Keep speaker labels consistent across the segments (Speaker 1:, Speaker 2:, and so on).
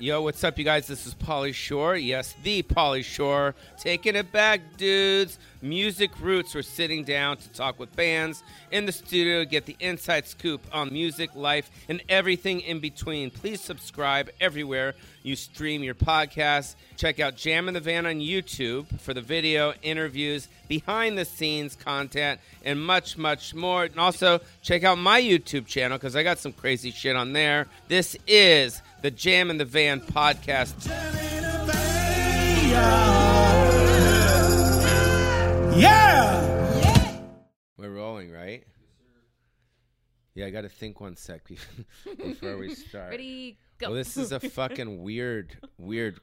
Speaker 1: Yo, what's up, you guys? This is Polly Shore. Yes, the Polly Shore. Taking it back, dudes. Music Roots. We're sitting down to talk with bands in the studio, get the inside scoop on music, life, and everything in between. Please subscribe everywhere you stream your podcast. Check out Jam in the Van on YouTube for the video, interviews, behind the scenes content, and much, much more. And also, check out my YouTube channel because I got some crazy shit on there. This is the Jam in the Van podcast.
Speaker 2: Yeah!
Speaker 1: We're rolling, right? Yeah, I got to think one sec be- before we start.
Speaker 3: Ready, go.
Speaker 1: Well, this is a fucking weird, weird,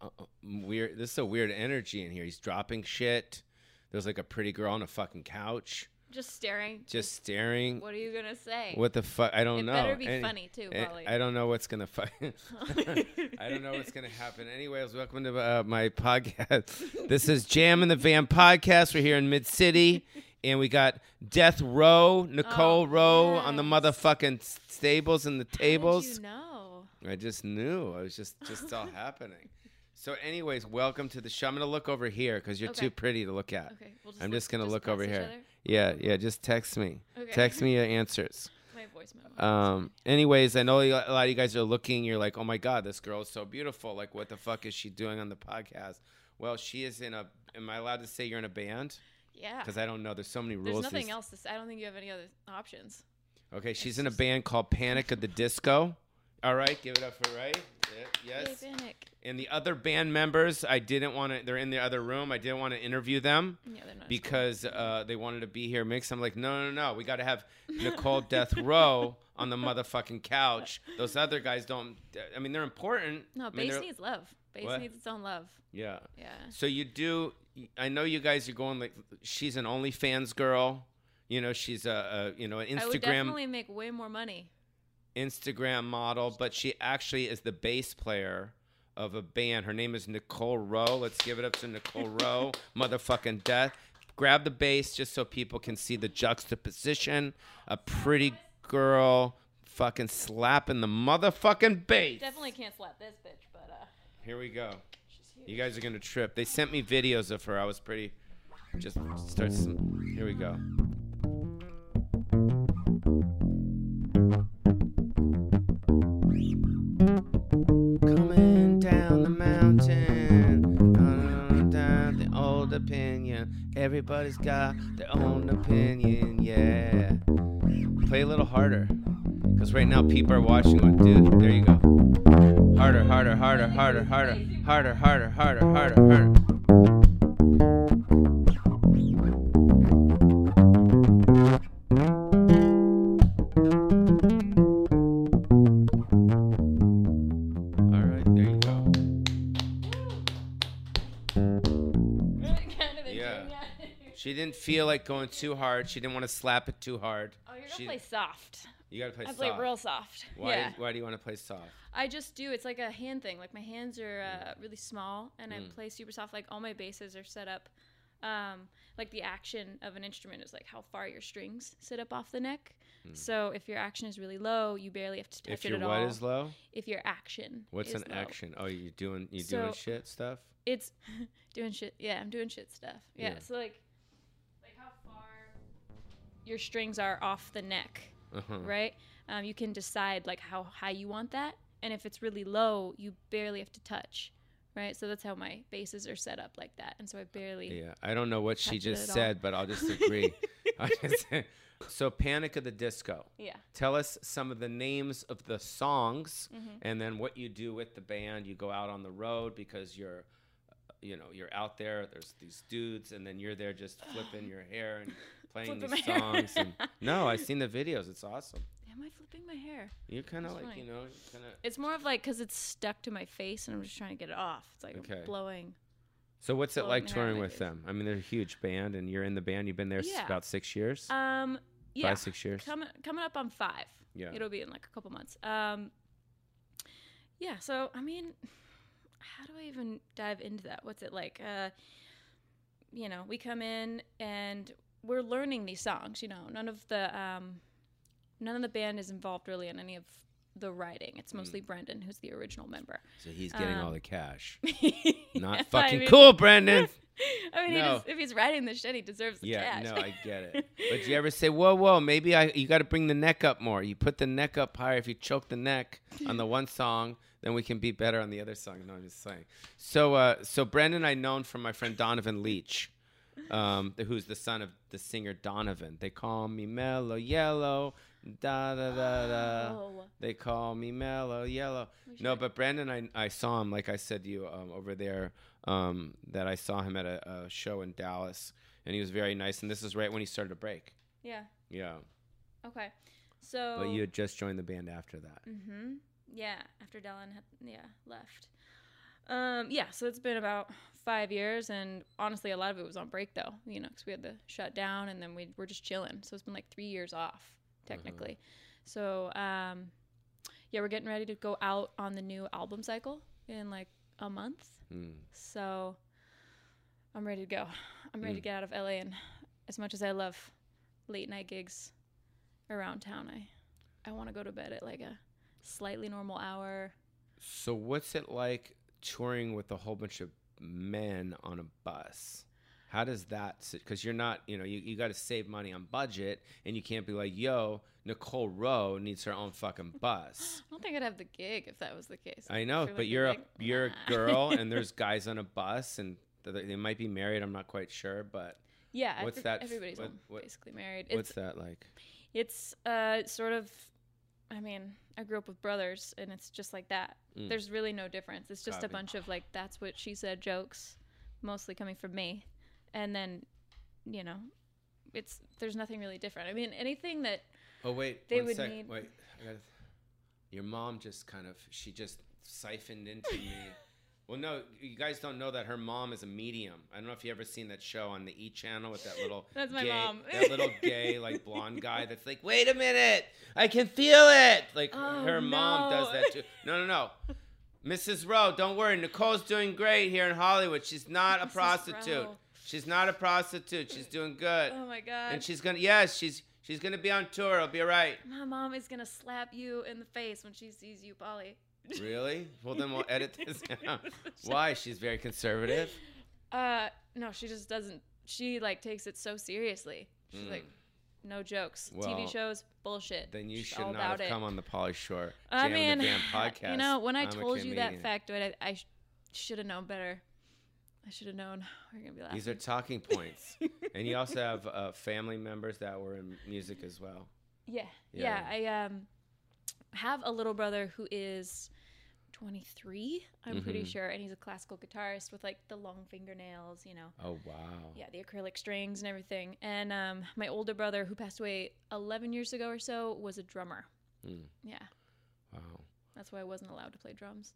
Speaker 1: uh, uh, weird. This is a weird energy in here. He's dropping shit. There's like a pretty girl on a fucking couch,
Speaker 3: just staring.
Speaker 1: just staring.
Speaker 3: What are you gonna say?
Speaker 1: What the fuck? I don't
Speaker 3: It
Speaker 1: know.
Speaker 3: better be
Speaker 1: Any-
Speaker 3: funny, too,
Speaker 1: eh,
Speaker 3: Wally.
Speaker 1: I don't know what's gonna fuck. I don't know what's gonna happen. Anyways, welcome to uh, my podcast. this is Jam in the Van podcast. We're here in Mid City, and we got Death Row, Nicole
Speaker 3: Oh,
Speaker 1: Row on the
Speaker 3: yes.
Speaker 1: motherfucking stables and the tables.
Speaker 3: How did you know?
Speaker 1: I just knew. I was just just all happening. So, anyways, welcome to the show. I'm gonna look over here because you're
Speaker 3: Okay.
Speaker 1: too pretty to look at.
Speaker 3: Okay, we'll just
Speaker 1: I'm
Speaker 3: look-
Speaker 1: just gonna
Speaker 3: just
Speaker 1: look
Speaker 3: pass
Speaker 1: over
Speaker 3: each
Speaker 1: here.
Speaker 3: other?
Speaker 1: Yeah, yeah. Just text me.
Speaker 3: Okay.
Speaker 1: Text me your answers.
Speaker 3: My voice memo.
Speaker 1: Um. Anyways, I know a lot of you guys are looking. You're like, oh my god, this girl is so beautiful. Like, what the fuck is she doing on the podcast? Well, she is in a. Am I allowed to say you're in a band?
Speaker 3: yeah.
Speaker 1: Because I don't know. There's so many
Speaker 3: There's
Speaker 1: rules.
Speaker 3: nothing
Speaker 1: these-
Speaker 3: else. To say. I don't think you have any other options.
Speaker 1: Okay, she's in a band called Panic at the Disco. All right, give it up for Ray. Yeah, Yes.
Speaker 3: Hey, Vanek.
Speaker 1: And the other band members, I didn't want to. They're in the other room. I didn't want to interview them
Speaker 3: Yeah, they're not.
Speaker 1: because uh, they wanted to be here mixed. I'm like, no, no, no. We got to have Nicole Death Row on the motherfucking couch. Those other guys don't. I mean, they're important.
Speaker 3: no,
Speaker 1: I mean,
Speaker 3: bass
Speaker 1: they're-
Speaker 3: needs love. Bass
Speaker 1: What?
Speaker 3: needs its own love.
Speaker 1: Yeah.
Speaker 3: Yeah.
Speaker 1: So you do. I know you guys are going like she's an OnlyFans girl. You know she's a, a you know an
Speaker 3: I would
Speaker 1: Instagram
Speaker 3: definitely make way more money.
Speaker 1: Instagram model, but she actually is the bass player of a band. Her name is Nicole Rowe. Let's give it up to Nicole Rowe, motherfucking death. Grab the bass just so people can see the juxtaposition. A pretty girl fucking slapping the motherfucking bass.
Speaker 3: Definitely can't slap this bitch, but uh,
Speaker 1: Here we go.
Speaker 3: she's huge.
Speaker 1: You guys are gonna trip. They sent me videos of her. I was pretty. Just start some. Here we go. Coming down the mountain, coming down the old opinion. Everybody's got their own opinion, yeah. Play a little harder, cause right now people are watching. Going, Dude, there you go. Harder, harder, harder, harder, harder, harder, harder, harder, harder, harder. All right, there you go.
Speaker 3: kind of a
Speaker 1: Yeah.
Speaker 3: yeah.
Speaker 1: She didn't feel like going too hard. She didn't want to slap it too hard.
Speaker 3: Oh, you're gonna
Speaker 1: She-
Speaker 3: play soft.
Speaker 1: You gotta play
Speaker 3: I
Speaker 1: soft.
Speaker 3: play real soft.
Speaker 1: Why?
Speaker 3: yeah.
Speaker 1: Why do you want to play soft?
Speaker 3: I just do. It's like a hand thing. Like my hands are uh,
Speaker 1: Mm.
Speaker 3: really small, and I play super soft. Like all my basses are set up. Um, like the action of an instrument is like how far your strings sit up off the neck. So if your action is really low, you barely have to touch
Speaker 1: Mm. if
Speaker 3: it
Speaker 1: your
Speaker 3: at
Speaker 1: what
Speaker 3: all.
Speaker 1: is low,
Speaker 3: if your action,
Speaker 1: what's
Speaker 3: is
Speaker 1: an
Speaker 3: low.
Speaker 1: action? Oh, you doing you doing
Speaker 3: So-
Speaker 1: shit stuff.
Speaker 3: It's doing shit. Yeah, I'm doing shit stuff. Yeah.
Speaker 1: Yeah.
Speaker 3: So like, like how far your strings are off the neck
Speaker 1: Uh-huh.
Speaker 3: right? Um, you can decide like how high you want that, and if it's really low, you barely have to touch, right? So that's how my bases are set up like that, and so I barely.
Speaker 1: Yeah, I don't know what she
Speaker 3: Touch it
Speaker 1: just
Speaker 3: at all.
Speaker 1: said, but I'll just agree. I just- so, Panic of the Disco.
Speaker 3: Yeah. Mm-hmm.
Speaker 1: Tell us some of the names of the songs, and then what you do with the band. You go out on the road because you're, uh, you know, you're out there. There's these dudes, and then you're there just flipping your hair and playing
Speaker 3: Flipping
Speaker 1: these
Speaker 3: my hair.
Speaker 1: songs. And, no, I've seen the videos. It's awesome.
Speaker 3: Am I flipping my hair?
Speaker 1: You're kind of
Speaker 3: That's
Speaker 1: like,
Speaker 3: funny.
Speaker 1: you know, kind of.
Speaker 3: It's more of like because it's stuck to my face, and I'm just trying to get it off. It's like I'm
Speaker 1: Okay.
Speaker 3: blowing.
Speaker 1: So, what's it
Speaker 3: Well,
Speaker 1: like
Speaker 3: my hair
Speaker 1: touring
Speaker 3: like
Speaker 1: with
Speaker 3: this.
Speaker 1: them? I mean, they're a huge band, and you're in the band. You've been there s-
Speaker 3: Yeah.
Speaker 1: about six years,
Speaker 3: Um. Yeah.
Speaker 1: five, six years.
Speaker 3: Coming coming up on five.
Speaker 1: Yeah.
Speaker 3: It'll be in like a couple months. Um. Yeah. So I mean, how do I even dive into that? What's it like? Uh, you know, we come in and we're learning these songs. You know, none of the um, none of the band is involved really in any of the writing.
Speaker 1: Hmm.
Speaker 3: It's mostly Brendan who's the original member.
Speaker 1: So he's getting all
Speaker 3: Um,
Speaker 1: the cash.
Speaker 3: Yeah, I
Speaker 1: Not fucking
Speaker 3: mean-
Speaker 1: cool, Brendan.
Speaker 3: I mean, he
Speaker 1: No.
Speaker 3: just, if he's writing this shit, he deserves the
Speaker 1: Yeah,
Speaker 3: cash.
Speaker 1: no, I get it. But you ever say, "Whoa, whoa"? Maybe I you got to bring the neck up more. You put the neck up higher. If you choke the neck on the one song, then we can be better on the other song. No, I'm just saying. So, uh, so Brendan, I known from my friend Donovan Leach, um, who's the son of the singer Donovan. They call me Mellow Yellow. Da da da da.
Speaker 3: Oh.
Speaker 1: They call me mellow yellow. uh, No, but Brandon, I, I saw him like I said to you um, over there. Um, that I saw him at a, a show in Dallas, and he was very nice. And this is right when he started to break.
Speaker 3: yeah.
Speaker 1: Yeah, Oh.
Speaker 3: Okay. So.
Speaker 1: but you had just joined the band after that.
Speaker 3: Mm-hmm. Yeah, after Dylan had yeah left. Um, yeah, so it's been about five years, and honestly, a lot of it was on break though, you know, because we had the shutdown, and then we were just chilling. So it's been like three years off technically. So um, yeah, we're getting ready to go out on the new album cycle in like a month.
Speaker 1: Mm.
Speaker 3: So I'm ready to go. I'm ready to
Speaker 1: Mm.
Speaker 3: get out of LA, and as much as I love late night gigs around town, I I want to go to bed at like a slightly normal hour.
Speaker 1: So what's it like touring with a whole bunch of men on a bus? How does that? Because you're not, you know, you, you got to save money on budget, and you can't be like, yo, Nicole Rowe needs her own fucking bus.
Speaker 3: I don't think I'd have the gig if that was the case.
Speaker 1: I know,
Speaker 3: feel like
Speaker 1: but
Speaker 3: I'd
Speaker 1: you're a
Speaker 3: be like,
Speaker 1: you're a
Speaker 3: "Nah."
Speaker 1: girl, and there's guys on a bus, and th- they might be married. I'm not quite sure, but
Speaker 3: yeah.
Speaker 1: what's
Speaker 3: every-
Speaker 1: that f-
Speaker 3: Everybody's
Speaker 1: what-
Speaker 3: home,
Speaker 1: what-
Speaker 3: basically married.
Speaker 1: what's
Speaker 3: It's
Speaker 1: that like?
Speaker 3: it's uh sort of. I mean, I grew up with brothers, and it's just like that.
Speaker 1: Mm.
Speaker 3: There's really no difference. It's just
Speaker 1: Copy.
Speaker 3: a bunch of like that's what she said jokes, mostly coming from me, and then, you know, it's there's nothing really different. I mean, anything that
Speaker 1: Oh wait,
Speaker 3: They
Speaker 1: one
Speaker 3: would
Speaker 1: sec,
Speaker 3: need-
Speaker 1: Wait, I gotta, your mom just kind of she just siphoned into me. Well, no, you guys don't know that her mom is a medium. I don't know if you ever seen that show on the E Channel with that little
Speaker 3: That's my
Speaker 1: gay-
Speaker 3: mom.
Speaker 1: that little gay like blonde guy that's like, wait a minute, I can feel it. Like
Speaker 3: Oh,
Speaker 1: her mom does
Speaker 3: no.
Speaker 1: that too. No, no, no. Mrs. Rowe, don't worry. Nicole's doing great here in Hollywood. She's not a
Speaker 3: Mrs.
Speaker 1: prostitute.
Speaker 3: Rowe.
Speaker 1: She's not a prostitute. She's doing good.
Speaker 3: oh my god,
Speaker 1: And she's gonna yes, she's she's gonna be on tour. It'll be all right.
Speaker 3: my mom is gonna slap you in the face when she sees you, Polly.
Speaker 1: Really? Well, then we'll edit this out. Why? She's very conservative.
Speaker 3: Uh, no, she just doesn't. She like takes it so seriously. She's like, no jokes.
Speaker 1: Hmm. Well,
Speaker 3: TV shows, bullshit.
Speaker 1: Then you
Speaker 3: She's
Speaker 1: should
Speaker 3: all
Speaker 1: not
Speaker 3: about
Speaker 1: have
Speaker 3: it.
Speaker 1: come on the Polly Shore
Speaker 3: I
Speaker 1: Jam in
Speaker 3: mean,
Speaker 1: the Van podcast.
Speaker 3: you know, when I
Speaker 1: I'm a
Speaker 3: told you that
Speaker 1: comedian.
Speaker 3: factoid, I, I should have known better. I should have known. We're gonna be laughing.
Speaker 1: These are talking points, and you also have uh, family members that were in music as well.
Speaker 3: Yeah,
Speaker 1: Yeah.
Speaker 3: yeah. I um have a little brother who is 23, I'm pretty
Speaker 1: Mhm.
Speaker 3: sure, and he's a classical guitarist with like the long fingernails, you know.
Speaker 1: Oh wow!
Speaker 3: Yeah, the acrylic strings and everything. And um my older brother who passed away 11 years ago or so was a drummer.
Speaker 1: Mm.
Speaker 3: Yeah.
Speaker 1: Wow,
Speaker 3: That's why I wasn't allowed to play drums.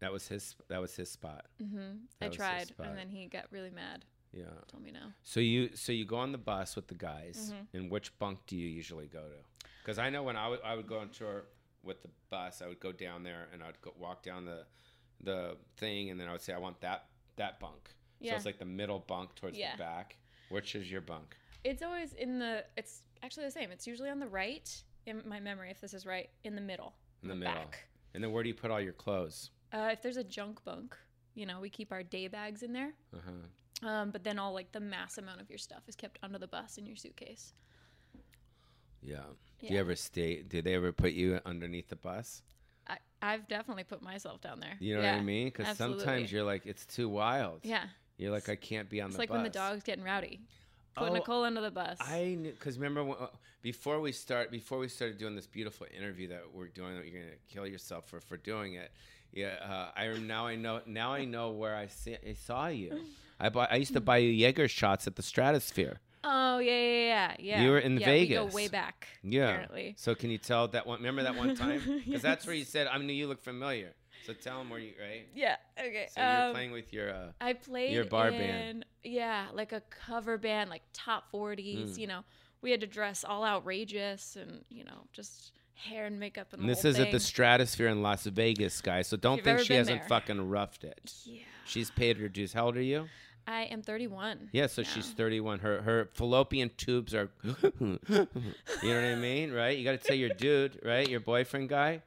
Speaker 1: that was his. That was his spot.
Speaker 3: Mhm.
Speaker 1: That
Speaker 3: I
Speaker 1: was his
Speaker 3: tried
Speaker 1: spot.
Speaker 3: and then he got really mad.
Speaker 1: Yeah.
Speaker 3: Told me no.
Speaker 1: So you so you go on the bus with the guys,
Speaker 3: Mm-hmm.
Speaker 1: and which bunk do you usually go to? Because I know when I would I would go on tour with the bus, I would go down there and I'd go walk down the the thing, and then I would say I want that that bunk. So
Speaker 3: Yeah.
Speaker 1: it's like the middle bunk towards
Speaker 3: Yeah.
Speaker 1: the back. Which is your bunk?
Speaker 3: It's always in the it's actually the same. It's usually on the right in my memory if this is right, in the middle.
Speaker 1: In the
Speaker 3: on
Speaker 1: middle. And then where do you put all your clothes?
Speaker 3: Uh, if there's a junk bunk, you know, we keep our day bags in there.
Speaker 1: Uh huh.
Speaker 3: Um, but then all like the mass amount of your stuff is kept under the bus in your suitcase.
Speaker 1: Yeah. Do you
Speaker 3: Yeah.
Speaker 1: ever stay? Did they ever put you underneath the bus?
Speaker 3: I, I've definitely put myself down there.
Speaker 1: You know what I
Speaker 3: Yeah,
Speaker 1: mean? Because sometimes
Speaker 3: absolutely.
Speaker 1: you're like, it's too wild.
Speaker 3: Yeah.
Speaker 1: You're like, I can't be on
Speaker 3: It's
Speaker 1: the
Speaker 3: like
Speaker 1: bus.
Speaker 3: when the dog's getting rowdy. Put
Speaker 1: Oh,
Speaker 3: Nicole under the bus.
Speaker 1: I because remember when, uh, before we start before we started doing this beautiful interview that we're doing that you're gonna kill yourself for for doing it. Yeah, uh, I rem- now I know now I know where I, see, I saw you. I bought I used to buy you Jaeger shots at the Stratosphere.
Speaker 3: oh yeah, yeah, yeah, yeah.
Speaker 1: You were in
Speaker 3: yeah, We
Speaker 1: Vegas.
Speaker 3: go way back.
Speaker 1: Yeah.
Speaker 3: Apparently.
Speaker 1: So can you tell that one? Remember that one time? Because that's where you
Speaker 3: Yes.
Speaker 1: said I knew you look familiar. So tell them where you right.
Speaker 3: Yeah. Okay.
Speaker 1: So you were
Speaker 3: um,
Speaker 1: playing with your. Uh,
Speaker 3: I played
Speaker 1: Your bar
Speaker 3: in,
Speaker 1: band.
Speaker 3: Yeah, like a cover band, like top forties.
Speaker 1: Mm.
Speaker 3: You know, we had to dress all outrageous and you know just hair and makeup and,
Speaker 1: and
Speaker 3: the
Speaker 1: this
Speaker 3: whole
Speaker 1: is at the
Speaker 3: thing.
Speaker 1: Stratosphere in Las Vegas, guys. So don't
Speaker 3: you've
Speaker 1: think
Speaker 3: ever
Speaker 1: she
Speaker 3: been
Speaker 1: hasn't
Speaker 3: there.
Speaker 1: fucking roughed it.
Speaker 3: yeah.
Speaker 1: She's paid her dues. How old are you?
Speaker 3: I am 31.
Speaker 1: Yeah, so
Speaker 3: now.
Speaker 1: she's 31. Her her fallopian tubes are, you know what I mean, right? You got to tell your dude, right, your boyfriend guy,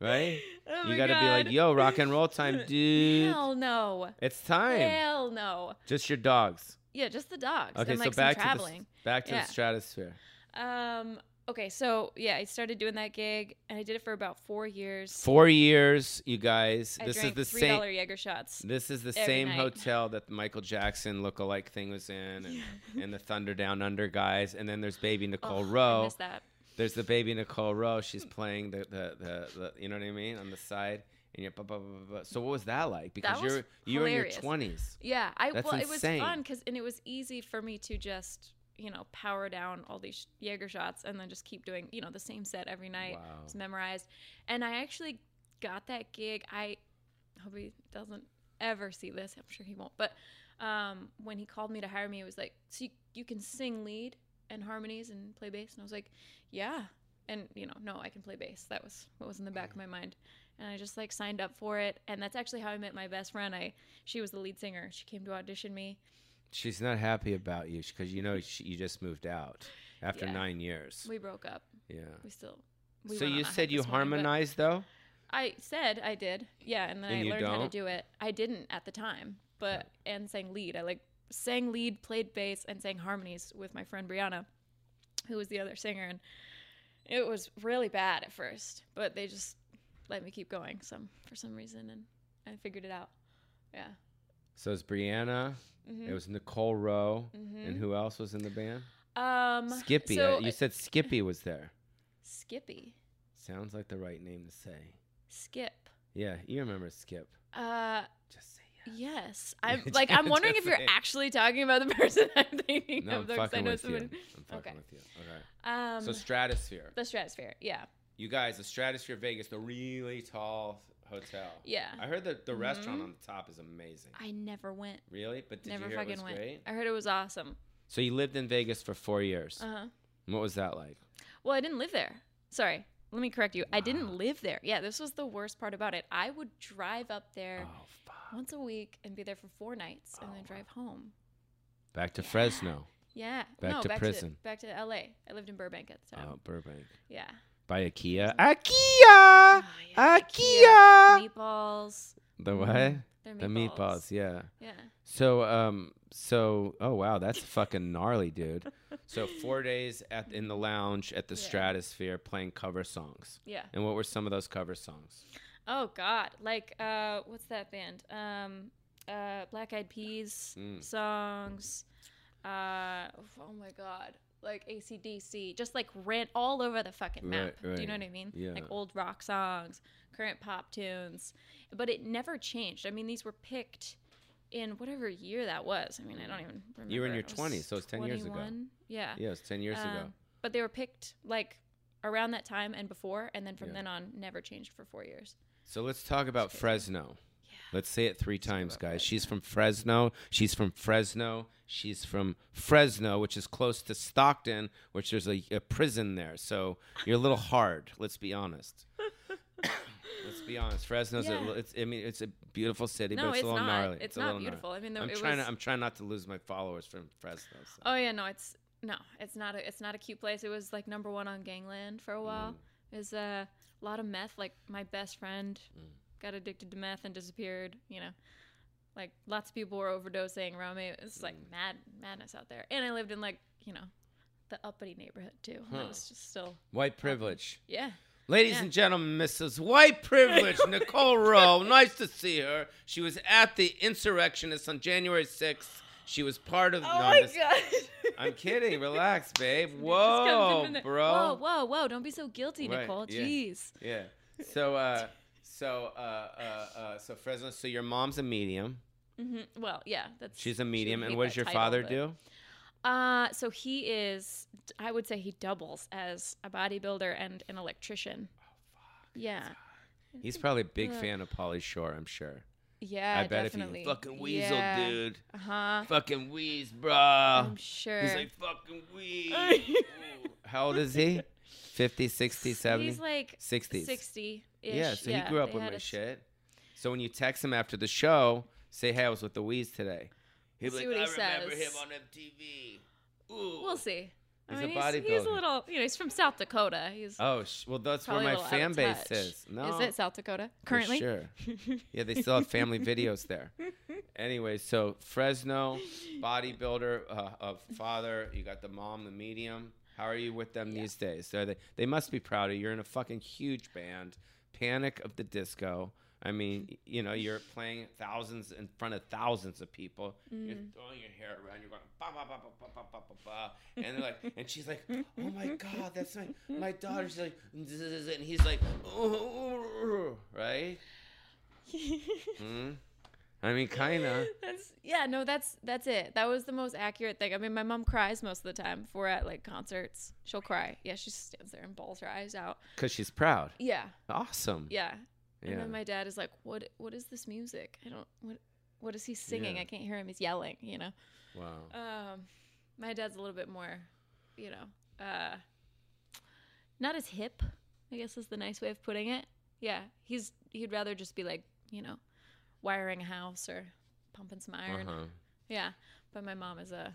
Speaker 1: right?
Speaker 3: Oh
Speaker 1: you
Speaker 3: my
Speaker 1: gotta be like,
Speaker 3: God.
Speaker 1: yo, rock and roll time, dude.
Speaker 3: Hell no.
Speaker 1: It's time.
Speaker 3: Hell no.
Speaker 1: Just your dogs.
Speaker 3: Yeah, just the dogs.
Speaker 1: Okay,
Speaker 3: and, like,
Speaker 1: so back
Speaker 3: some
Speaker 1: to the,
Speaker 3: traveling.
Speaker 1: s- back to
Speaker 3: Yeah.
Speaker 1: the stratosphere.
Speaker 3: Um. Okay, so yeah, I started doing that gig, and I did it for about four years.
Speaker 1: Four years, you guys.
Speaker 3: I
Speaker 1: this is
Speaker 3: drank
Speaker 1: the
Speaker 3: three
Speaker 1: same.
Speaker 3: dollar Jaeger shots.
Speaker 1: This is the
Speaker 3: every
Speaker 1: same
Speaker 3: night.
Speaker 1: hotel that the Michael Jackson lookalike thing was in, and, and the Thunder Down Under guys, and then there's Baby Nicole
Speaker 3: Ugh, I
Speaker 1: Rowe.
Speaker 3: miss that.
Speaker 1: There's the Baby Nicole Rowe. She's playing the the, the, the you know what I mean on the side, and you're. Blah, blah, blah, blah, blah. So what was that like? Because
Speaker 3: was
Speaker 1: you're you're
Speaker 3: hilarious.
Speaker 1: in your twenties.
Speaker 3: Yeah, I
Speaker 1: That's
Speaker 3: well, it
Speaker 1: insane.
Speaker 3: was fun because and it was easy for me to just you know power down all these Jaeger shots and then just keep doing you know the same set every night.
Speaker 1: Wow.
Speaker 3: It's memorized, and I actually got that gig. I hope he doesn't ever see this. I'm sure he won't. But um, when he called me to hire me, it was like, so you, you can sing lead and harmonies and play bass, and I was like, yeah. And you know, no, I can play bass. That was what was in the back of my mind, and I just like signed up for it. And that's actually how I met my best friend. I she was the lead singer. She came to audition me.
Speaker 1: She's not happy about you because you know she, you just moved out after
Speaker 3: Yeah.
Speaker 1: nine years.
Speaker 3: We broke up.
Speaker 1: yeah.
Speaker 3: We still. We
Speaker 1: so
Speaker 3: went on
Speaker 1: you
Speaker 3: a hike
Speaker 1: said you
Speaker 3: this morning, but-
Speaker 1: harmonized though.
Speaker 3: I said I did. Yeah, and then
Speaker 1: And
Speaker 3: I
Speaker 1: you
Speaker 3: learned how to
Speaker 1: don't?
Speaker 3: do it. I didn't at the time, but and sang lead. I like sang lead, played bass, and sang harmonies with my friend Brianna, who was the other singer, and it was really bad at first, but they just let me keep going some for some reason, and I figured it out. Yeah.
Speaker 1: So it's Brianna.
Speaker 3: Mm-hmm.
Speaker 1: It was Nicole Rowe, and who else was in the band?
Speaker 3: Um,
Speaker 1: Skippy.
Speaker 3: So
Speaker 1: uh, you said Skippy was there.
Speaker 3: Skippy,
Speaker 1: Sounds like the right name to say.
Speaker 3: Skip.
Speaker 1: Yeah, you remember Skip.
Speaker 3: Uh,
Speaker 1: Just say yes.
Speaker 3: yes. I'm like I'm
Speaker 1: Just
Speaker 3: wondering if you're
Speaker 1: saying.
Speaker 3: actually talking about the person I'm thinking
Speaker 1: No,
Speaker 3: of.
Speaker 1: I'm
Speaker 3: though, 'cause I
Speaker 1: fucking
Speaker 3: know
Speaker 1: with you. I'm
Speaker 3: someone-
Speaker 1: fucking
Speaker 3: Okay.
Speaker 1: with you. Okay.
Speaker 3: Um,
Speaker 1: so Stratosphere.
Speaker 3: The Stratosphere, yeah.
Speaker 1: You guys, the Stratosphere Vegas, the really tall hotel.
Speaker 3: Yeah. Mm-hmm.
Speaker 1: I heard that the restaurant on the top is amazing.
Speaker 3: I never went.
Speaker 1: Really? But did
Speaker 3: never
Speaker 1: you hear it was
Speaker 3: fucking went. Uh,
Speaker 1: great?
Speaker 3: I heard it was awesome.
Speaker 1: So you lived in Vegas for four years.
Speaker 3: Uh huh.
Speaker 1: What was that like?
Speaker 3: Well, I didn't live there. Sorry. Let me correct you. I didn't live there. Yeah, this was the worst part about it. I would drive up there
Speaker 1: Oh, fuck.
Speaker 3: once a week and be there for four nights
Speaker 1: Oh,
Speaker 3: and then drive home.
Speaker 1: Back to Fresno.
Speaker 3: Yeah.
Speaker 1: Back
Speaker 3: no,
Speaker 1: to
Speaker 3: back
Speaker 1: prison.
Speaker 3: To, back to LA. I lived in Burbank at the um, Mm-hmm.
Speaker 1: Oh,
Speaker 3: time.
Speaker 1: Burbank.
Speaker 3: Yeah.
Speaker 1: By IKEA. IKEA!
Speaker 3: Oh, yeah,
Speaker 1: IKEA!
Speaker 3: Meatballs.
Speaker 1: The what?
Speaker 3: They're
Speaker 1: The meatballs, yeah.
Speaker 3: Yeah.
Speaker 1: So, um, so, oh wow, that's fucking gnarly, dude. So four days at in the lounge at the
Speaker 3: Yeah.
Speaker 1: Stratosphere playing cover songs.
Speaker 3: Yeah.
Speaker 1: And what were some of those cover songs?
Speaker 3: Oh God! Like, uh, what's that band? Um, uh, Black Eyed Peas
Speaker 1: Mm.
Speaker 3: songs. Uh, oh my God! Like ACDC, just like ran all over the fucking map.
Speaker 1: Right,
Speaker 3: Do you know
Speaker 1: right.
Speaker 3: what I mean?
Speaker 1: Yeah.
Speaker 3: Like old rock songs, current pop tunes, but it never changed. I mean, these were picked in whatever year that was. I mean, I don't even remember.
Speaker 1: You were in your
Speaker 3: I was
Speaker 1: 20s, so it's 10 years ago.
Speaker 3: 21. Yeah.
Speaker 1: Yeah, it was ten years ago.
Speaker 3: Um, But they were picked like around that time and before, and then from
Speaker 1: Yeah.
Speaker 3: then on, never changed for four years.
Speaker 1: So let's talk about Fresno. Let's say it three times,
Speaker 3: about
Speaker 1: guys. She's from Fresno. She's from Fresno. She's from Fresno, which is close to Stockton, which there's a, a prison there. So you're a little hard. Let's be honest. let's be honest. Fresno's.
Speaker 3: Yeah.
Speaker 1: A, it's, I mean, it's a beautiful city,
Speaker 3: No,
Speaker 1: but it's,
Speaker 3: it's
Speaker 1: a little
Speaker 3: not.
Speaker 1: gnarly.
Speaker 3: It's
Speaker 1: a
Speaker 3: not
Speaker 1: little gnarly.
Speaker 3: beautiful. I mean, the-
Speaker 1: I'm
Speaker 3: it
Speaker 1: trying
Speaker 3: was-
Speaker 1: to. I'm trying not to lose my followers from Fresno. so.
Speaker 3: Oh yeah, no, it's no, it's not. A, it's not a cute place. It was like number one on Gangland for a
Speaker 1: Mm.
Speaker 3: while. There's a lot of meth. Like my best friend
Speaker 1: Mm.
Speaker 3: got addicted to meth and disappeared. You know, like lots of people were overdosing around me. It's like
Speaker 1: Mm.
Speaker 3: mad madness out there. And I lived in like you know, the uppity neighborhood too. And
Speaker 1: Huh.
Speaker 3: It was just still
Speaker 1: White privilege.
Speaker 3: yeah.
Speaker 1: Ladies
Speaker 3: Yeah.
Speaker 1: and gentlemen, Mrs. White Privilege, Nicole Rowe. Nice to see her. She was at the insurrectionists on January 6th. She was part
Speaker 3: Oh
Speaker 1: of. no, I'm just- I'm kidding. Relax, babe. Whoa, bro.
Speaker 3: Whoa, whoa, whoa! Don't be so guilty,
Speaker 1: Right,
Speaker 3: Nicole.
Speaker 1: yeah.
Speaker 3: Jeez.
Speaker 1: Yeah. So, uh, so, uh, uh, uh, so Fresno. So your mom's a medium.
Speaker 3: Mm, Well, yeah, that's.
Speaker 1: She's
Speaker 3: she
Speaker 1: a
Speaker 3: would
Speaker 1: medium. And
Speaker 3: hate
Speaker 1: what
Speaker 3: that
Speaker 1: does your
Speaker 3: title,
Speaker 1: father
Speaker 3: but-
Speaker 1: do?
Speaker 3: Uh, so he is, I would say he doubles as a bodybuilder and an electrician. Oh, fuck. Yeah. Mm-hmm.
Speaker 1: He's probably a big fan of Polly Shore. I'm sure.
Speaker 3: Yeah,
Speaker 1: I bet
Speaker 3: definitely.
Speaker 1: if you fucking weasel,
Speaker 3: Yeah. Mm-hmm.
Speaker 1: dude.
Speaker 3: Uh-huh.
Speaker 1: Fucking wheeze, bruh.
Speaker 3: I'm sure.
Speaker 1: He's like fucking weed. How old is he? 50, 60, 70?
Speaker 3: He's like
Speaker 1: 60s.
Speaker 3: 60 -ish.
Speaker 1: yeah, so he grew up
Speaker 3: they
Speaker 1: with
Speaker 3: had
Speaker 1: my
Speaker 3: us-
Speaker 1: shit. So when you text him after the show, say, hey, I was with the Wheeze today. He'll be
Speaker 3: See
Speaker 1: like,
Speaker 3: what
Speaker 1: I
Speaker 3: he
Speaker 1: remember
Speaker 3: says."
Speaker 1: him on MTV. Ooh.
Speaker 3: We'll see.
Speaker 1: He's
Speaker 3: I mean,
Speaker 1: a bodybuilder.
Speaker 3: He's, he's a little, you know, he's from South Dakota. He's
Speaker 1: oh, sh- well, that's where
Speaker 3: probably a
Speaker 1: my
Speaker 3: little out
Speaker 1: fan
Speaker 3: of
Speaker 1: base
Speaker 3: touch.
Speaker 1: is. Oh, No,
Speaker 3: Is it South Dakota
Speaker 1: for
Speaker 3: currently?
Speaker 1: Sure. Yeah, they still have family videos there. Anyway, so Fresno, bodybuilder, uh, of father. You got the mom, the medium. How are you with them these days? So they they must be proud of you. You're in a fucking huge band, Panic of the Disco. I mean, y- you know, you're playing thousands in front of thousands of people. You're
Speaker 3: Mm-hmm.
Speaker 1: throwing your hair around. You're going ba ba ba ba ba ba ba ba ba, and they're like, and she's like, oh my
Speaker 3: Mm-hmm.
Speaker 1: god, that's my my daughter. She's like, "Zzz," and he's like, "Ooh," right?
Speaker 3: Mm-hmm.
Speaker 1: Hmm? I mean, kinda.
Speaker 3: That's yeah, no, that's that's it. That was the most accurate thing. I mean, my mom cries most of the time if we're at like concerts. She'll cry. Yeah, she stands there and bawls her eyes out.
Speaker 1: Cause she's proud.
Speaker 3: Yeah,
Speaker 1: Awesome.
Speaker 3: yeah. And
Speaker 1: Yeah.
Speaker 3: then my dad is like, "What? What is this music? I don't. What? What is he singing?
Speaker 1: Yeah.
Speaker 3: I can't hear him. He's yelling. You know."
Speaker 1: Wow.
Speaker 3: Um, my dad's a little bit more, you know, uh, not as hip. I guess is the nice way of putting it. Yeah, he's he'd rather just be like, you know, wiring a house or pumping some
Speaker 1: Uh
Speaker 3: iron.
Speaker 1: huh.
Speaker 3: Yeah, but my mom is a,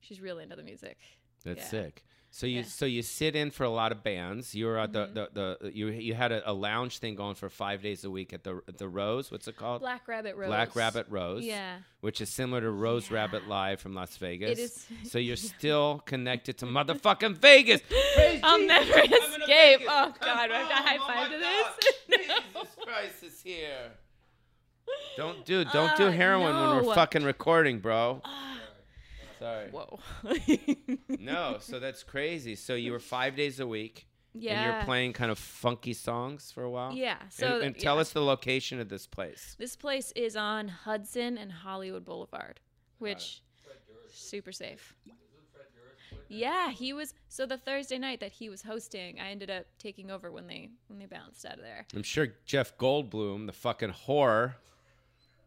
Speaker 3: she's really into the music.
Speaker 1: That's
Speaker 3: Yeah.
Speaker 1: sick. So you
Speaker 3: Yeah. Mm-hmm.
Speaker 1: so you sit in for a lot of bands. You were at the, the, the you you had a, a lounge thing going for five days a week at the at the Rose. What's it called?
Speaker 3: Black Rabbit Rose.
Speaker 1: Black Rabbit Rose.
Speaker 3: Yeah,
Speaker 1: Which is similar to Rose
Speaker 3: Yeah.
Speaker 1: Rabbit Live from Las Vegas.
Speaker 3: is-
Speaker 1: So you're still connected to motherfucking Vegas. Praise
Speaker 3: I'll
Speaker 1: Jesus.
Speaker 3: never
Speaker 1: I'm gonna
Speaker 3: escape.
Speaker 1: make it.
Speaker 3: Oh
Speaker 1: Come
Speaker 3: God, do I have to
Speaker 1: home.
Speaker 3: high
Speaker 1: Oh,
Speaker 3: five
Speaker 1: my
Speaker 3: to
Speaker 1: God.
Speaker 3: this.
Speaker 1: Jesus Christ is here. Don't do don't do
Speaker 3: Uh,
Speaker 1: heroin when we're
Speaker 3: no.
Speaker 1: fucking recording, bro. Sorry.
Speaker 3: Whoa.
Speaker 1: No, so that's crazy. So you were five days a week,
Speaker 3: Yeah.
Speaker 1: and you're playing kind of funky songs for a while.
Speaker 3: Yeah,
Speaker 1: And-
Speaker 3: so-
Speaker 1: and, tell
Speaker 3: yeah.
Speaker 1: us the location of this place.
Speaker 3: This place is on Hudson and Hollywood Boulevard, which super safe. Yeah, he was so the Thursday night that he was hosting, I ended up taking over when they when they bounced out of there.
Speaker 1: I'm sure Jeff Goldblum, the fucking whore,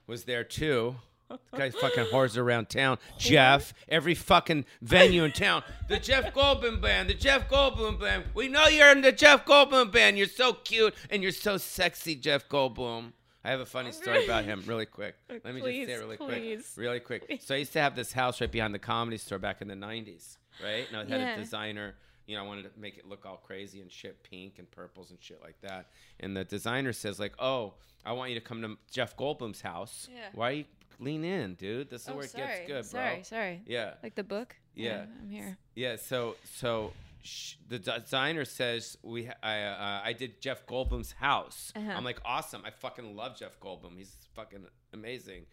Speaker 1: was there too. This guy fucking whores around town. Jeff, every fucking venue in town. The Jeff Goldblum band, the Jeff Goldblum band. We know you're in the Jeff Goldblum band. You're so cute and you're so sexy, Jeff Goldblum. I have a funny story about him, really quick. Let me
Speaker 3: Please,
Speaker 1: just say it really
Speaker 3: please.
Speaker 1: quick. Really quick. So I used to have this house right behind the comedy store back in the 90s, right? And I had
Speaker 3: Yeah.
Speaker 1: a designer. You know, I wanted to make it look all crazy and shit, pink and purples and shit like that. And the designer says, like, oh, I want you to come to Jeff Goldblum's house.
Speaker 3: Yeah.
Speaker 1: Why you lean in, dude? This is
Speaker 3: oh,
Speaker 1: where it
Speaker 3: sorry.
Speaker 1: gets good, bro.
Speaker 3: Sorry, sorry.
Speaker 1: Yeah.
Speaker 3: Like the book?
Speaker 1: Yeah.
Speaker 3: I'm here.
Speaker 1: Yeah, so so sh- the designer says we ha- I uh, I did Jeff Goldblum's house.
Speaker 3: Uh-huh.
Speaker 1: I'm like awesome. I fucking love Jeff Goldblum. He's fucking amazing.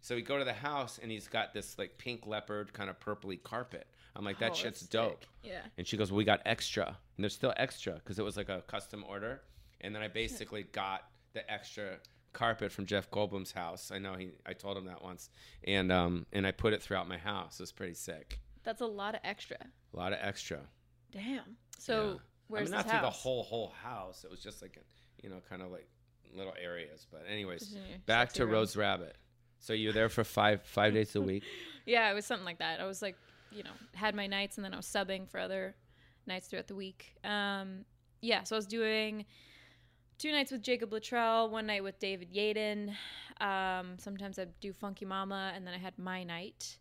Speaker 1: So we go to the house and he's got this like pink leopard kind of purpley carpet. I'm like that
Speaker 3: Oh,
Speaker 1: shit's
Speaker 3: that's sick.
Speaker 1: dope.
Speaker 3: Yeah.
Speaker 1: And she goes, well, "We got extra." And there's still extra because it was like a custom order. And then I basically got the extra carpet from Jeff Goldblum's house. I know he I told him that once. And um and I put it throughout my house. It was pretty sick.
Speaker 3: That's a lot of extra.
Speaker 1: A lot of extra.
Speaker 3: Damn. So
Speaker 1: Yeah.
Speaker 3: where's
Speaker 1: I mean, not
Speaker 3: this
Speaker 1: through the
Speaker 3: house?
Speaker 1: whole whole house. It was just like you know, kind of like little areas. But anyways,
Speaker 3: Just in your
Speaker 1: back
Speaker 3: sexy
Speaker 1: to
Speaker 3: room.
Speaker 1: Rose Rabbit. So you're there for five five days a week.
Speaker 3: Yeah, it was something like that. I was like, you know, had my nights and then I was subbing for other nights throughout the week. Um, yeah, so I was doing two nights with Jacob Luttrell, one night with David Yaden. Um, sometimes I'd do Funky Mama, and then I had my night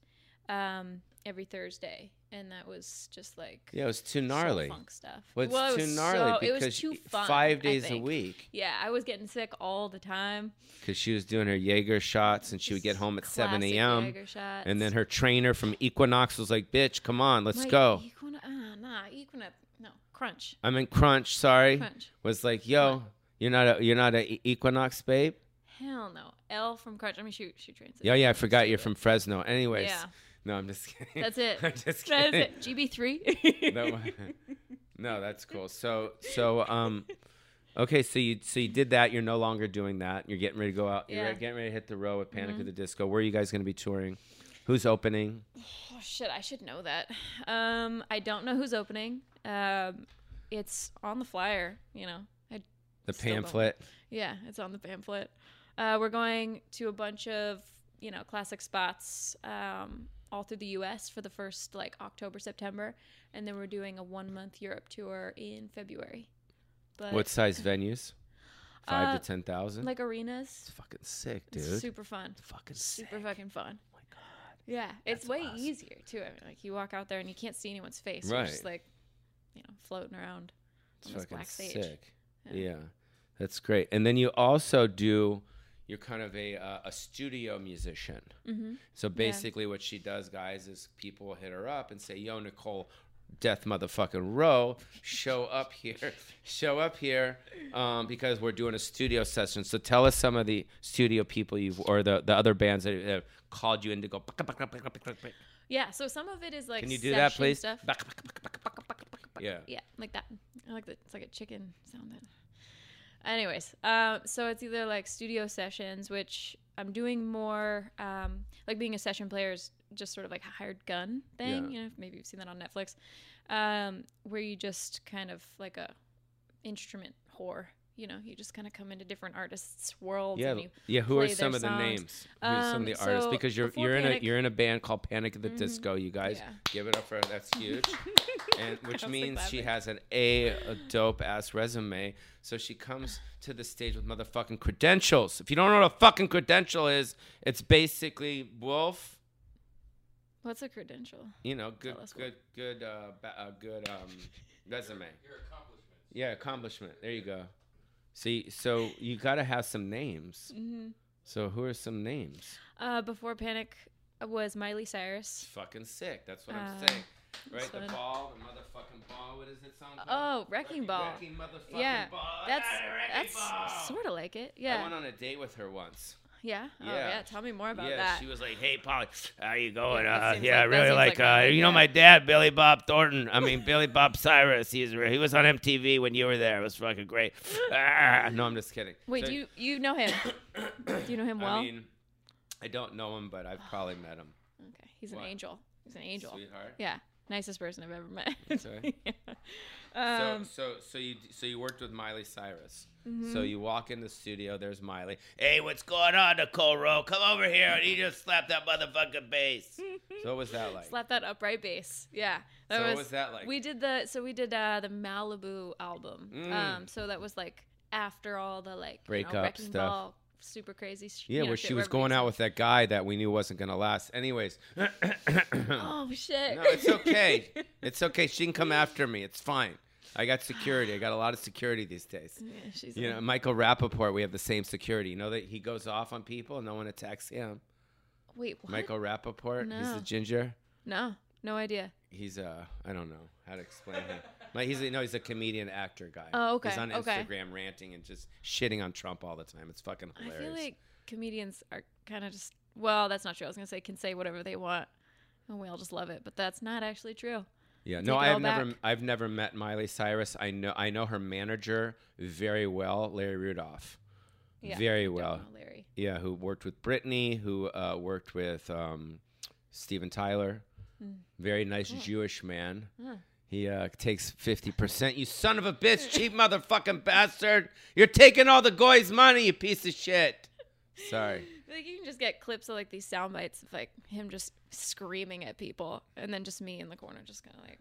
Speaker 3: um, every Thursday, and that was just like
Speaker 1: Yeah, it was too
Speaker 3: soul
Speaker 1: gnarly.
Speaker 3: funk stuff.
Speaker 1: Well, it's
Speaker 3: Well, it
Speaker 1: too
Speaker 3: was
Speaker 1: gnarly
Speaker 3: so- it was
Speaker 1: because
Speaker 3: too
Speaker 1: y-
Speaker 3: fun,
Speaker 1: five
Speaker 3: I
Speaker 1: days a
Speaker 3: think.
Speaker 1: week
Speaker 3: Yeah, I was getting sick all the time.
Speaker 1: because she was doing her Jaeger shots and she would get home at seven
Speaker 3: Classic
Speaker 1: a.m.
Speaker 3: Jaeger shots.
Speaker 1: And then her trainer from Equinox was like, "Bitch, come on, let's
Speaker 3: Wait,
Speaker 1: go."
Speaker 3: Equina- ah, nah, Equina- no, Crunch.
Speaker 1: I mean, Crunch, sorry,
Speaker 3: Crunch.
Speaker 1: was like, "Yo, you're not a you're not a E- Equinox babe."
Speaker 3: Hell no. L from Crutch. I mean, shoot, shoot trains.
Speaker 1: Yeah, yeah, I forgot you're from Fresno. Anyways,
Speaker 3: Yeah.
Speaker 1: no, I'm just kidding.
Speaker 3: That's it.
Speaker 1: I'm just kidding.
Speaker 3: That is it. GB3.
Speaker 1: that one- no, that's cool. So so um okay, so you so you did that, you're no longer doing that. You're getting ready to go out. You're
Speaker 3: Yeah. Mm-hmm.
Speaker 1: getting ready to hit the row with Panic at the Disco. Where are you guys going to be touring? Who's opening?
Speaker 3: oh, shit. I should know that. Um, I don't know who's opening. Um, it's on the flyer, you know. I,
Speaker 1: The
Speaker 3: Still don't.
Speaker 1: pamphlet.
Speaker 3: yeah, it's on the pamphlet. Uh, we're going to a bunch of, you know, classic spots um, all through the U.S. for the first, like, October, September. And then we're doing a one-month Europe tour in February. But,
Speaker 1: What size venues? 5
Speaker 3: Uh,
Speaker 1: to 10,000?
Speaker 3: Like, arenas.
Speaker 1: it's fucking sick, dude.
Speaker 3: It's super fun.
Speaker 1: fucking sick.
Speaker 3: Super fucking fun.
Speaker 1: Oh my god.
Speaker 3: Yeah, it's way easier too. I mean, like you walk out there and you can't see anyone's face. You're just
Speaker 1: Right.
Speaker 3: like, you know, floating around
Speaker 1: It's
Speaker 3: on this
Speaker 1: fucking
Speaker 3: black stage.
Speaker 1: sick. Yeah.
Speaker 3: Yeah.
Speaker 1: that's great. And then you also do. You're kind of a uh, a studio musician.
Speaker 3: Mm-hmm.
Speaker 1: So basically, what she does, guys, is people hit her up and say, "Yo, Nicole, death motherfucking row, show up here, show up here, um, because we're doing a studio session." So tell us some of the studio people you've or the the other bands that have called you in to go. "Baka, baka, baka, baka, baka."
Speaker 3: Yeah. So some of it is like
Speaker 1: Can you do that,
Speaker 3: session
Speaker 1: please?
Speaker 3: Stuff.
Speaker 1: Baka, baka, baka, baka, baka, baka, baka, baka. Yeah.
Speaker 3: Yeah, like that. I like that. It's like a chicken sound. That. Anyways, um, so it's either like studio sessions, which I'm doing more, um, like being a session player is just sort of like a hired gun thing.
Speaker 1: Yeah.
Speaker 3: You know, maybe you've seen that on Netflix, um, where you just kind of like a instrument whore. You know, you just kind of come into different artists' worlds.
Speaker 1: Yeah,
Speaker 3: and you,
Speaker 1: yeah. Who are
Speaker 3: play their
Speaker 1: some of the
Speaker 3: songs.
Speaker 1: names? Who are some of
Speaker 3: Um,
Speaker 1: the artists?
Speaker 3: so
Speaker 1: Because you're
Speaker 3: before
Speaker 1: you're in
Speaker 3: Panic-
Speaker 1: a you're in a band called Panic at the
Speaker 3: Mhm.
Speaker 1: Disco. You guys,
Speaker 3: Yeah.
Speaker 1: give it up for her. That's huge, and which
Speaker 3: was, like,
Speaker 1: means she
Speaker 3: laughing.
Speaker 1: has an a, a dope ass resume. So she comes to the stage with motherfucking credentials. If you don't know what a fucking credential is, it's basically Wolf.
Speaker 3: what's a credential?
Speaker 1: You know, good,
Speaker 3: us what.
Speaker 1: good, good, uh, ba- uh, good um, resume. Your accomplishments. Yeah, accomplishment. There you go. See, so you got to have some names.
Speaker 3: hmm
Speaker 1: So who are some names?
Speaker 3: Uh, Before Panic was Miley Cyrus.
Speaker 1: fucking sick. That's what I'm
Speaker 3: Uh,
Speaker 1: saying. Right,
Speaker 3: what
Speaker 1: the
Speaker 3: I-
Speaker 1: ball, the motherfucking ball. What is it song? called?
Speaker 3: Oh, Wrecking Ball.
Speaker 1: Wrecking motherfucking
Speaker 3: Yeah,
Speaker 1: ball. I
Speaker 3: that's
Speaker 1: got a wrecking ball.
Speaker 3: that's sort of like it.
Speaker 1: I
Speaker 3: Yeah,
Speaker 1: went on a date with her once.
Speaker 3: yeah. Oh,
Speaker 1: Yeah.
Speaker 3: yeah. Tell me more about
Speaker 1: yeah,
Speaker 3: that.
Speaker 1: she was like, "Hey, Polly, how you going?
Speaker 3: Yeah, that
Speaker 1: uh,
Speaker 3: seems
Speaker 1: yeah,
Speaker 3: like- that
Speaker 1: really
Speaker 3: seems
Speaker 1: like,
Speaker 3: like my
Speaker 1: uh,
Speaker 3: thing,
Speaker 1: you know,
Speaker 3: yeah."
Speaker 1: my dad, Billy Bob Thornton. I mean, Billy Bob Cyrus. He's re- he was on MTV when you were there. It was fucking great. Ah, no, I'm just kidding.
Speaker 3: Wait,
Speaker 1: So-
Speaker 3: do you you know him? do you know him well?
Speaker 1: I mean, I don't know him, but I've probably met him.
Speaker 3: okay, he's an
Speaker 1: what?
Speaker 3: angel. He's an angel.
Speaker 1: Sweetheart.
Speaker 3: Yeah, nicest person I've ever met.
Speaker 1: Okay.
Speaker 3: Yeah. Um, Mm-hmm.
Speaker 1: so, so, so you, so you worked with Miley Cyrus. So you walk in the studio. There's Miley. Hey, what's going on, Nicole Rowe? Come over here. And he just slapped that motherfucking bass. so what was that like?
Speaker 3: slap that upright bass. Yeah, that
Speaker 1: so
Speaker 3: was.
Speaker 1: what was that like?
Speaker 3: We did the so we did uh, the Malibu album.
Speaker 1: Mm.
Speaker 3: Um, so that was like after all the like you know,
Speaker 1: Breakup
Speaker 3: Wrecking
Speaker 1: stuff.
Speaker 3: Ball, super crazy. sh-
Speaker 1: yeah,
Speaker 3: you know,
Speaker 1: where
Speaker 3: shit
Speaker 1: she was
Speaker 3: everybody's
Speaker 1: going out with that guy that we knew wasn't gonna last. Anyways, no,
Speaker 3: Oh shit.
Speaker 1: it's okay. it's okay. She can come after me. It's fine. I got security. I got a lot of security these days.
Speaker 3: yeah, she's
Speaker 1: You
Speaker 3: like-
Speaker 1: know, Michael Rappaport, we have the same security. You know that he goes off on people and no one attacks him.
Speaker 3: Wait, what?
Speaker 1: Michael Rappaport, he's
Speaker 3: No.
Speaker 1: the ginger.
Speaker 3: No, no idea.
Speaker 1: He's a I don't know how to explain him. Like he's a, no, he's a comedian actor guy.
Speaker 3: Oh,
Speaker 1: He's
Speaker 3: okay,
Speaker 1: on
Speaker 3: okay.
Speaker 1: Instagram ranting and just shitting on Trump all the time. It's fucking hilarious.
Speaker 3: I feel like comedians are kind of just well, that's not true. I was gonna say can say whatever they want, and we all just love it, but that's not actually true.
Speaker 1: yeah, no,
Speaker 3: take it
Speaker 1: I've
Speaker 3: all
Speaker 1: never
Speaker 3: back.
Speaker 1: I've never met Miley Cyrus. I know I know her manager very well, Larry Rudolph.
Speaker 3: Yeah,
Speaker 1: very
Speaker 3: don't
Speaker 1: well.
Speaker 3: know, Larry.
Speaker 1: Yeah, who worked with Britney, who uh, worked with um, Steven Tyler. Very nice Jewish man.
Speaker 3: Hmm. Huh.
Speaker 1: He uh, takes 50%. You son of a bitch, cheap motherfucking bastard. You're taking all the goy's money, you piece of shit. Sorry.
Speaker 3: Like you can just get clips of like these sound bites of like him just screaming at people, and then just me in the corner, just kind of like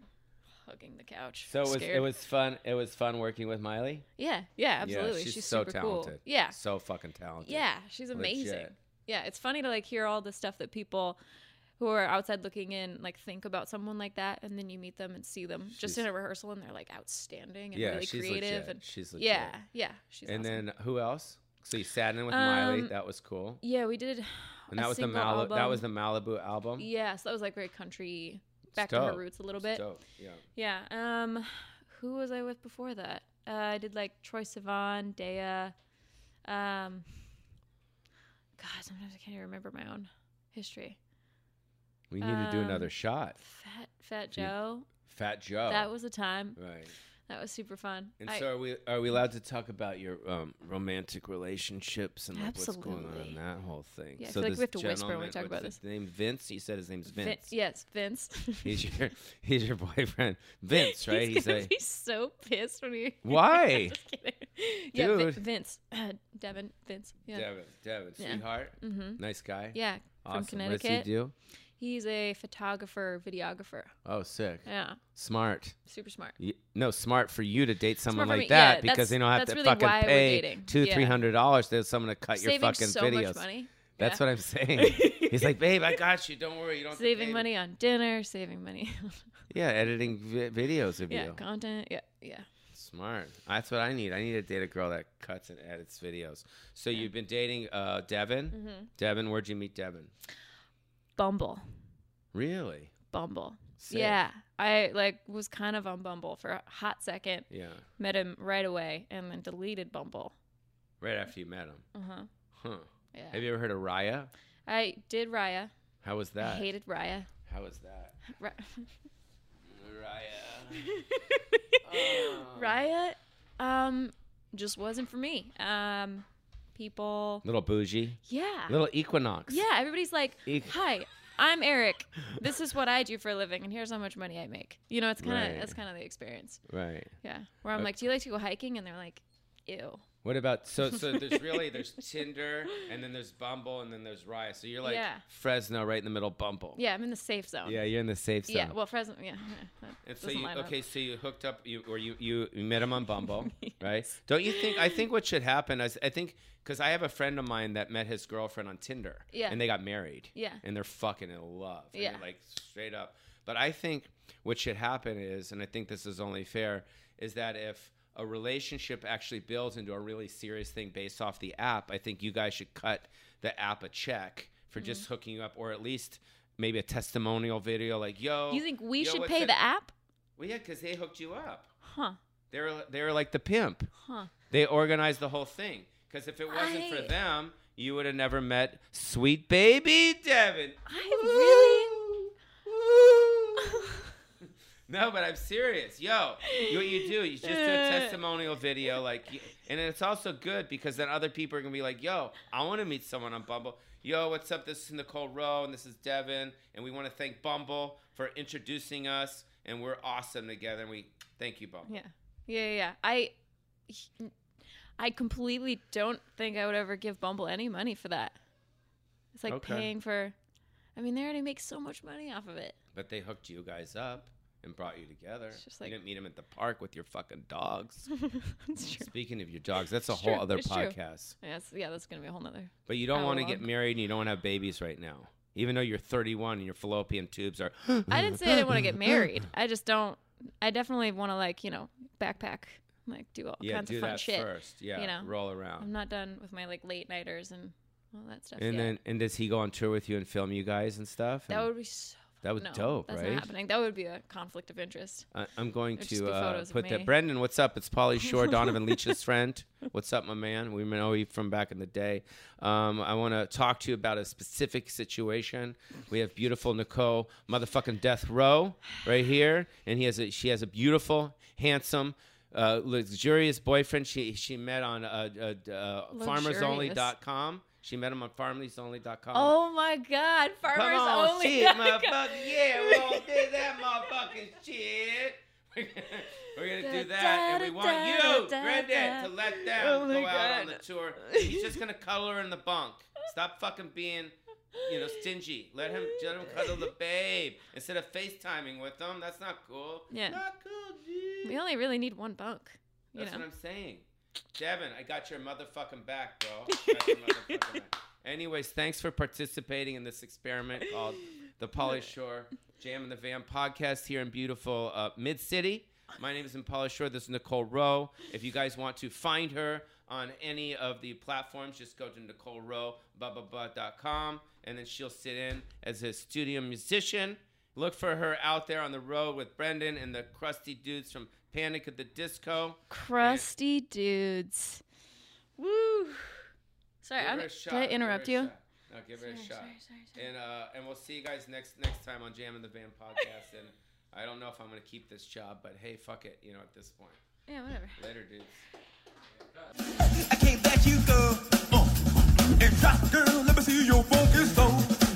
Speaker 3: hugging the couch.
Speaker 1: So it was,
Speaker 3: scared.
Speaker 1: it was fun. It was fun working with Miley.
Speaker 3: yeah, yeah, absolutely.
Speaker 1: Yeah, she's, so
Speaker 3: super
Speaker 1: talented.
Speaker 3: cool. Yeah,
Speaker 1: So fucking talented.
Speaker 3: Yeah, she's amazing.
Speaker 1: Legit.
Speaker 3: Yeah, it's funny to like hear all the stuff that people who are outside looking in like think about someone like that, and then you meet them and see them just
Speaker 1: She's-
Speaker 3: in a rehearsal, and they're like outstanding and
Speaker 1: Yeah,
Speaker 3: really
Speaker 1: she's
Speaker 3: creative
Speaker 1: legit.
Speaker 3: and
Speaker 1: she's legit.
Speaker 3: yeah, yeah. She's
Speaker 1: and
Speaker 3: awesome.
Speaker 1: then who else? So you sat in with Miley.
Speaker 3: Um,
Speaker 1: That was cool.
Speaker 3: yeah, we did.
Speaker 1: And
Speaker 3: a
Speaker 1: that was the
Speaker 3: single
Speaker 1: Malibu. That
Speaker 3: album.
Speaker 1: was the Malibu album.
Speaker 3: Yeah, so that was like very country,
Speaker 1: Um, It's
Speaker 3: back to her
Speaker 1: dope.
Speaker 3: roots a little
Speaker 1: It's
Speaker 3: bit.
Speaker 1: dope. Yeah.
Speaker 3: Yeah. Um, who was I with before that? Uh, I did like Troy Sivan, Dea. Um, God, sometimes I can't even remember my own history.
Speaker 1: We need to do
Speaker 3: Um,
Speaker 1: another shot.
Speaker 3: Fat Fat
Speaker 1: You-
Speaker 3: Joe.
Speaker 1: Fat Joe.
Speaker 3: That was a time.
Speaker 1: right.
Speaker 3: That was super fun.
Speaker 1: Oh. And
Speaker 3: I-
Speaker 1: so are we are we allowed to talk about your um, romantic relationships and like, what's going on in
Speaker 3: Absolutely.
Speaker 1: that whole thing?
Speaker 3: Yeah, I
Speaker 1: so
Speaker 3: feel like we
Speaker 1: this
Speaker 3: have to whisper when we
Speaker 1: gentleman-
Speaker 3: talk about
Speaker 1: what's his Name Vince. You said his name's
Speaker 3: Vin-
Speaker 1: Vince.
Speaker 3: yes, Vince.
Speaker 1: He's your he's your boyfriend. Vince, right?
Speaker 3: He's, gonna
Speaker 1: a
Speaker 3: be so pissed when he.
Speaker 1: Why?
Speaker 3: Just kidding. Yeah, Vin-
Speaker 1: Dude.
Speaker 3: Vince, Uh, Devin, Vince. Yeah.
Speaker 1: Devin, Devin,
Speaker 3: Yeah.
Speaker 1: sweetheart.
Speaker 3: Mm-hmm.
Speaker 1: Nice guy.
Speaker 3: Yeah,
Speaker 1: awesome.
Speaker 3: from Connecticut.
Speaker 1: What does he do?
Speaker 3: He's a photographer, videographer.
Speaker 1: Oh, sick.
Speaker 3: Yeah,
Speaker 1: Smart.
Speaker 3: super smart.
Speaker 1: Y- No, smart for you to date someone
Speaker 3: Smart for
Speaker 1: like
Speaker 3: me. Yeah,
Speaker 1: that because
Speaker 3: that's-
Speaker 1: they don't have
Speaker 3: that's
Speaker 1: to
Speaker 3: really
Speaker 1: fucking
Speaker 3: why we're
Speaker 1: pay
Speaker 3: dating.
Speaker 1: two,
Speaker 3: Yeah.
Speaker 1: three hundred dollars to someone to cut your
Speaker 3: Saving
Speaker 1: fucking
Speaker 3: so
Speaker 1: videos.
Speaker 3: much money.
Speaker 1: That's what I'm saying. He's like, babe, I got you. Don't worry. You don't have to pay
Speaker 3: saving
Speaker 1: me."
Speaker 3: money on dinner, saving money.
Speaker 1: Yeah, editing vi- videos of
Speaker 3: yeah,
Speaker 1: you.
Speaker 3: content. Yeah, yeah.
Speaker 1: Smart. That's what I need. I need to date a girl that cuts and edits videos. So you've been dating uh, Devin.
Speaker 3: Mm. Mm-hmm.
Speaker 1: Devin, where'd you meet Devin?
Speaker 3: Bumble,
Speaker 1: Really?
Speaker 3: Bumble.
Speaker 1: Sick.
Speaker 3: Yeah, I like was kind of on Bumble for a hot second.
Speaker 1: Yeah.
Speaker 3: Met him right away, and then deleted Bumble.
Speaker 1: Right after you met him.
Speaker 3: Uh huh.
Speaker 1: Huh.
Speaker 3: Yeah.
Speaker 1: Have you ever heard of Raya?
Speaker 3: I did Raya.
Speaker 1: How was
Speaker 3: I
Speaker 1: that?
Speaker 3: hated Raya.
Speaker 1: How was that?
Speaker 3: Ri-
Speaker 1: Raya.
Speaker 3: Raya, um, just wasn't for me. Um, people.
Speaker 1: Little bougie.
Speaker 3: Yeah.
Speaker 1: Little Equinox.
Speaker 3: Yeah, everybody's like,
Speaker 1: Eek.
Speaker 3: "Hi, I'm Eric. This is what I do for a living, and here's how much money I make." You know, it's kind of
Speaker 1: Right. Uh,
Speaker 3: that's kind of the experience.
Speaker 1: Right.
Speaker 3: Yeah, where I'm like, "Do you like to go hiking?" And they're like, "Ew."
Speaker 1: What about so so there's really there's Tinder and then there's Bumble and then there's Raya. So you're like
Speaker 3: Yeah.
Speaker 1: Fresno right in the middle Bumble.
Speaker 3: Yeah, I'm in the safe zone.
Speaker 1: Yeah, you're in the safe zone.
Speaker 3: Yeah, well, Fresno. Yeah. yeah, that
Speaker 1: And so
Speaker 3: doesn't
Speaker 1: you
Speaker 3: line up.
Speaker 1: okay? So you hooked up, you, or you you you met him on Bumble, right? Don't you think? I think what should happen is I think because I have a friend of mine that met his girlfriend on Tinder,
Speaker 3: Yeah.
Speaker 1: and they got married,
Speaker 3: Yeah.
Speaker 1: and they're fucking in love, and they're,
Speaker 3: Yeah.
Speaker 1: like straight up. But I think what should happen is, and I think this is only fair, is that if a relationship actually builds into a really serious thing based off the app, I think you guys should cut the app a check for just
Speaker 3: Mm-hmm.
Speaker 1: hooking you up, or at least. Maybe a testimonial video like, yo.
Speaker 3: You think we
Speaker 1: Oh, yo,
Speaker 3: should
Speaker 1: what's
Speaker 3: pay
Speaker 1: up?
Speaker 3: the app?
Speaker 1: Well, yeah, because they hooked you up.
Speaker 3: Huh?
Speaker 1: They were they were like the pimp.
Speaker 3: Huh?
Speaker 1: They organized the whole thing. Because if it wasn't for
Speaker 3: I-
Speaker 1: them, you would have never met sweet baby Devin.
Speaker 3: I really.
Speaker 1: No, but I'm serious. Yo, you- what you do, you just do a testimonial video, like, you- and it's also good because then other people are gonna be like, "Yo, I want to meet someone on Bumble." Yo, what's up? This is Nicole Rowe, and this is Devin, and we want to thank Bumble for introducing us, and we're awesome together. And we thank you, Bumble.
Speaker 3: Yeah. Yeah, yeah, yeah. I I completely don't think I would ever give Bumble any money for that. It's like
Speaker 1: Okay.
Speaker 3: paying for I mean, they already make so much money off of it.
Speaker 1: But they hooked you guys up and brought you together.
Speaker 3: It's just like-
Speaker 1: you didn't meet them at the park with your fucking dogs.
Speaker 3: it's true.
Speaker 1: Speaking of your dogs, that's a
Speaker 3: It's
Speaker 1: whole
Speaker 3: true.
Speaker 1: other
Speaker 3: It's true.
Speaker 1: podcast.
Speaker 3: Yeah, that's, yeah, that's gonna be a whole nother.
Speaker 1: But you don't want to
Speaker 3: Catalog.
Speaker 1: get married and you don't want to have babies right now. Even though you're 31 and your fallopian tubes are.
Speaker 3: I didn't say I didn't want to get married. I just don't. I definitely want to like you know backpack, like do all
Speaker 1: yeah,
Speaker 3: kinds
Speaker 1: do
Speaker 3: of fun
Speaker 1: that
Speaker 3: shit.
Speaker 1: first. Yeah,
Speaker 3: you know?
Speaker 1: roll
Speaker 3: I'm
Speaker 1: around.
Speaker 3: not done with my like late nighters and all that stuff.
Speaker 1: And
Speaker 3: yet.
Speaker 1: then, and does he go on tour with you and film you guys and stuff?
Speaker 3: that
Speaker 1: And
Speaker 3: would be so.
Speaker 1: that was
Speaker 3: no,
Speaker 1: dope,
Speaker 3: that's
Speaker 1: right?
Speaker 3: not happening. That would be a conflict of interest.
Speaker 1: I, I'm going
Speaker 3: It'd just
Speaker 1: to
Speaker 3: be
Speaker 1: uh,
Speaker 3: photos of
Speaker 1: put
Speaker 3: me.
Speaker 1: that. Brendan, what's up? It's Polly Shore, Donovan Leach's friend. What's up, my man? We know you from back in the day. Um, I want to talk to you about a specific situation. We have beautiful Nicole, motherfucking Death Row, right here, and he has a, she has a beautiful, handsome. Uh, luxurious boyfriend she she met on uh, uh, uh, farmersonly.com. She met him on farmersonly.com.
Speaker 3: Oh my God, farmers
Speaker 1: Come on,
Speaker 3: only. uh,
Speaker 1: shit, motherfucker. Yeah, we all did that motherfucking shit. We're gonna, we're gonna do that, and we want you, Granddad, to let them
Speaker 3: Oh my
Speaker 1: go out on
Speaker 3: God.
Speaker 1: the tour. He's just gonna cuddle her in the bunk. Stop fucking being, you know, stingy. Let him, let him cuddle the babe instead of FaceTiming with them. That's not cool.
Speaker 3: Yeah.
Speaker 1: Not cool, dude.
Speaker 3: We only really need one bunk. You
Speaker 1: That's
Speaker 3: know.
Speaker 1: what I'm saying. Devin, I got your motherfucking back, bro. I got your motherfucking back. Anyways, thanks for participating in this experiment called the Polly Shore Jam in the Van podcast here in beautiful uh, Mid City. My name is Impala Shore. This is Nicole Rowe. If you guys want to find her on any of the platforms, just go to NicoleRowe.com and then she'll sit in as a studio musician. Look for her out there on the road with Brendan and the crusty dudes from Panic at the Disco.
Speaker 3: Crusty dudes. Woo. Sorry,
Speaker 1: Give
Speaker 3: I'm,
Speaker 1: her a
Speaker 3: did
Speaker 1: shot.
Speaker 3: I
Speaker 1: Give her
Speaker 3: interrupt
Speaker 1: a
Speaker 3: you?
Speaker 1: shot. No, give her a
Speaker 3: Sorry,
Speaker 1: shot.
Speaker 3: sorry, sorry, sorry.
Speaker 1: And uh, and we'll see you guys next next time on Jam in the Van podcast. and I don't know if I'm gonna keep this job, but hey, fuck it, you know, at this point.
Speaker 3: Yeah, whatever.
Speaker 1: Later, dudes.
Speaker 2: I can't let you go. Uh, and drop, girl, let me see your funky soul.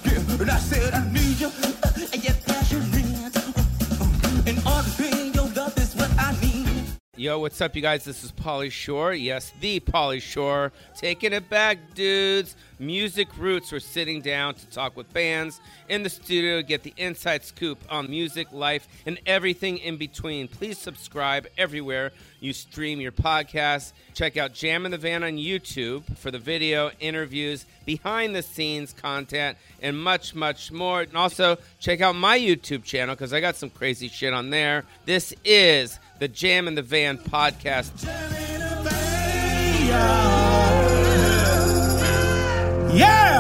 Speaker 2: Yeah, and I said I need you. Uh, and you're passionate. Uh, uh, and all the thing, your love is what I need.
Speaker 1: Yo, what's up, you guys? This is Polly Shore. Yes, the Polly Shore. Taking it back, dudes. Music Roots. We're sitting down to talk with bands in the studio, get the inside scoop on music, life, and everything in between. Please subscribe everywhere you stream your podcast. Check out Jam in the Van on YouTube for the video, interviews, behind the scenes content, and much, much more. And also check out my YouTube channel because I got some crazy shit on there. This is the Jam in the Van podcast.
Speaker 2: Yeah!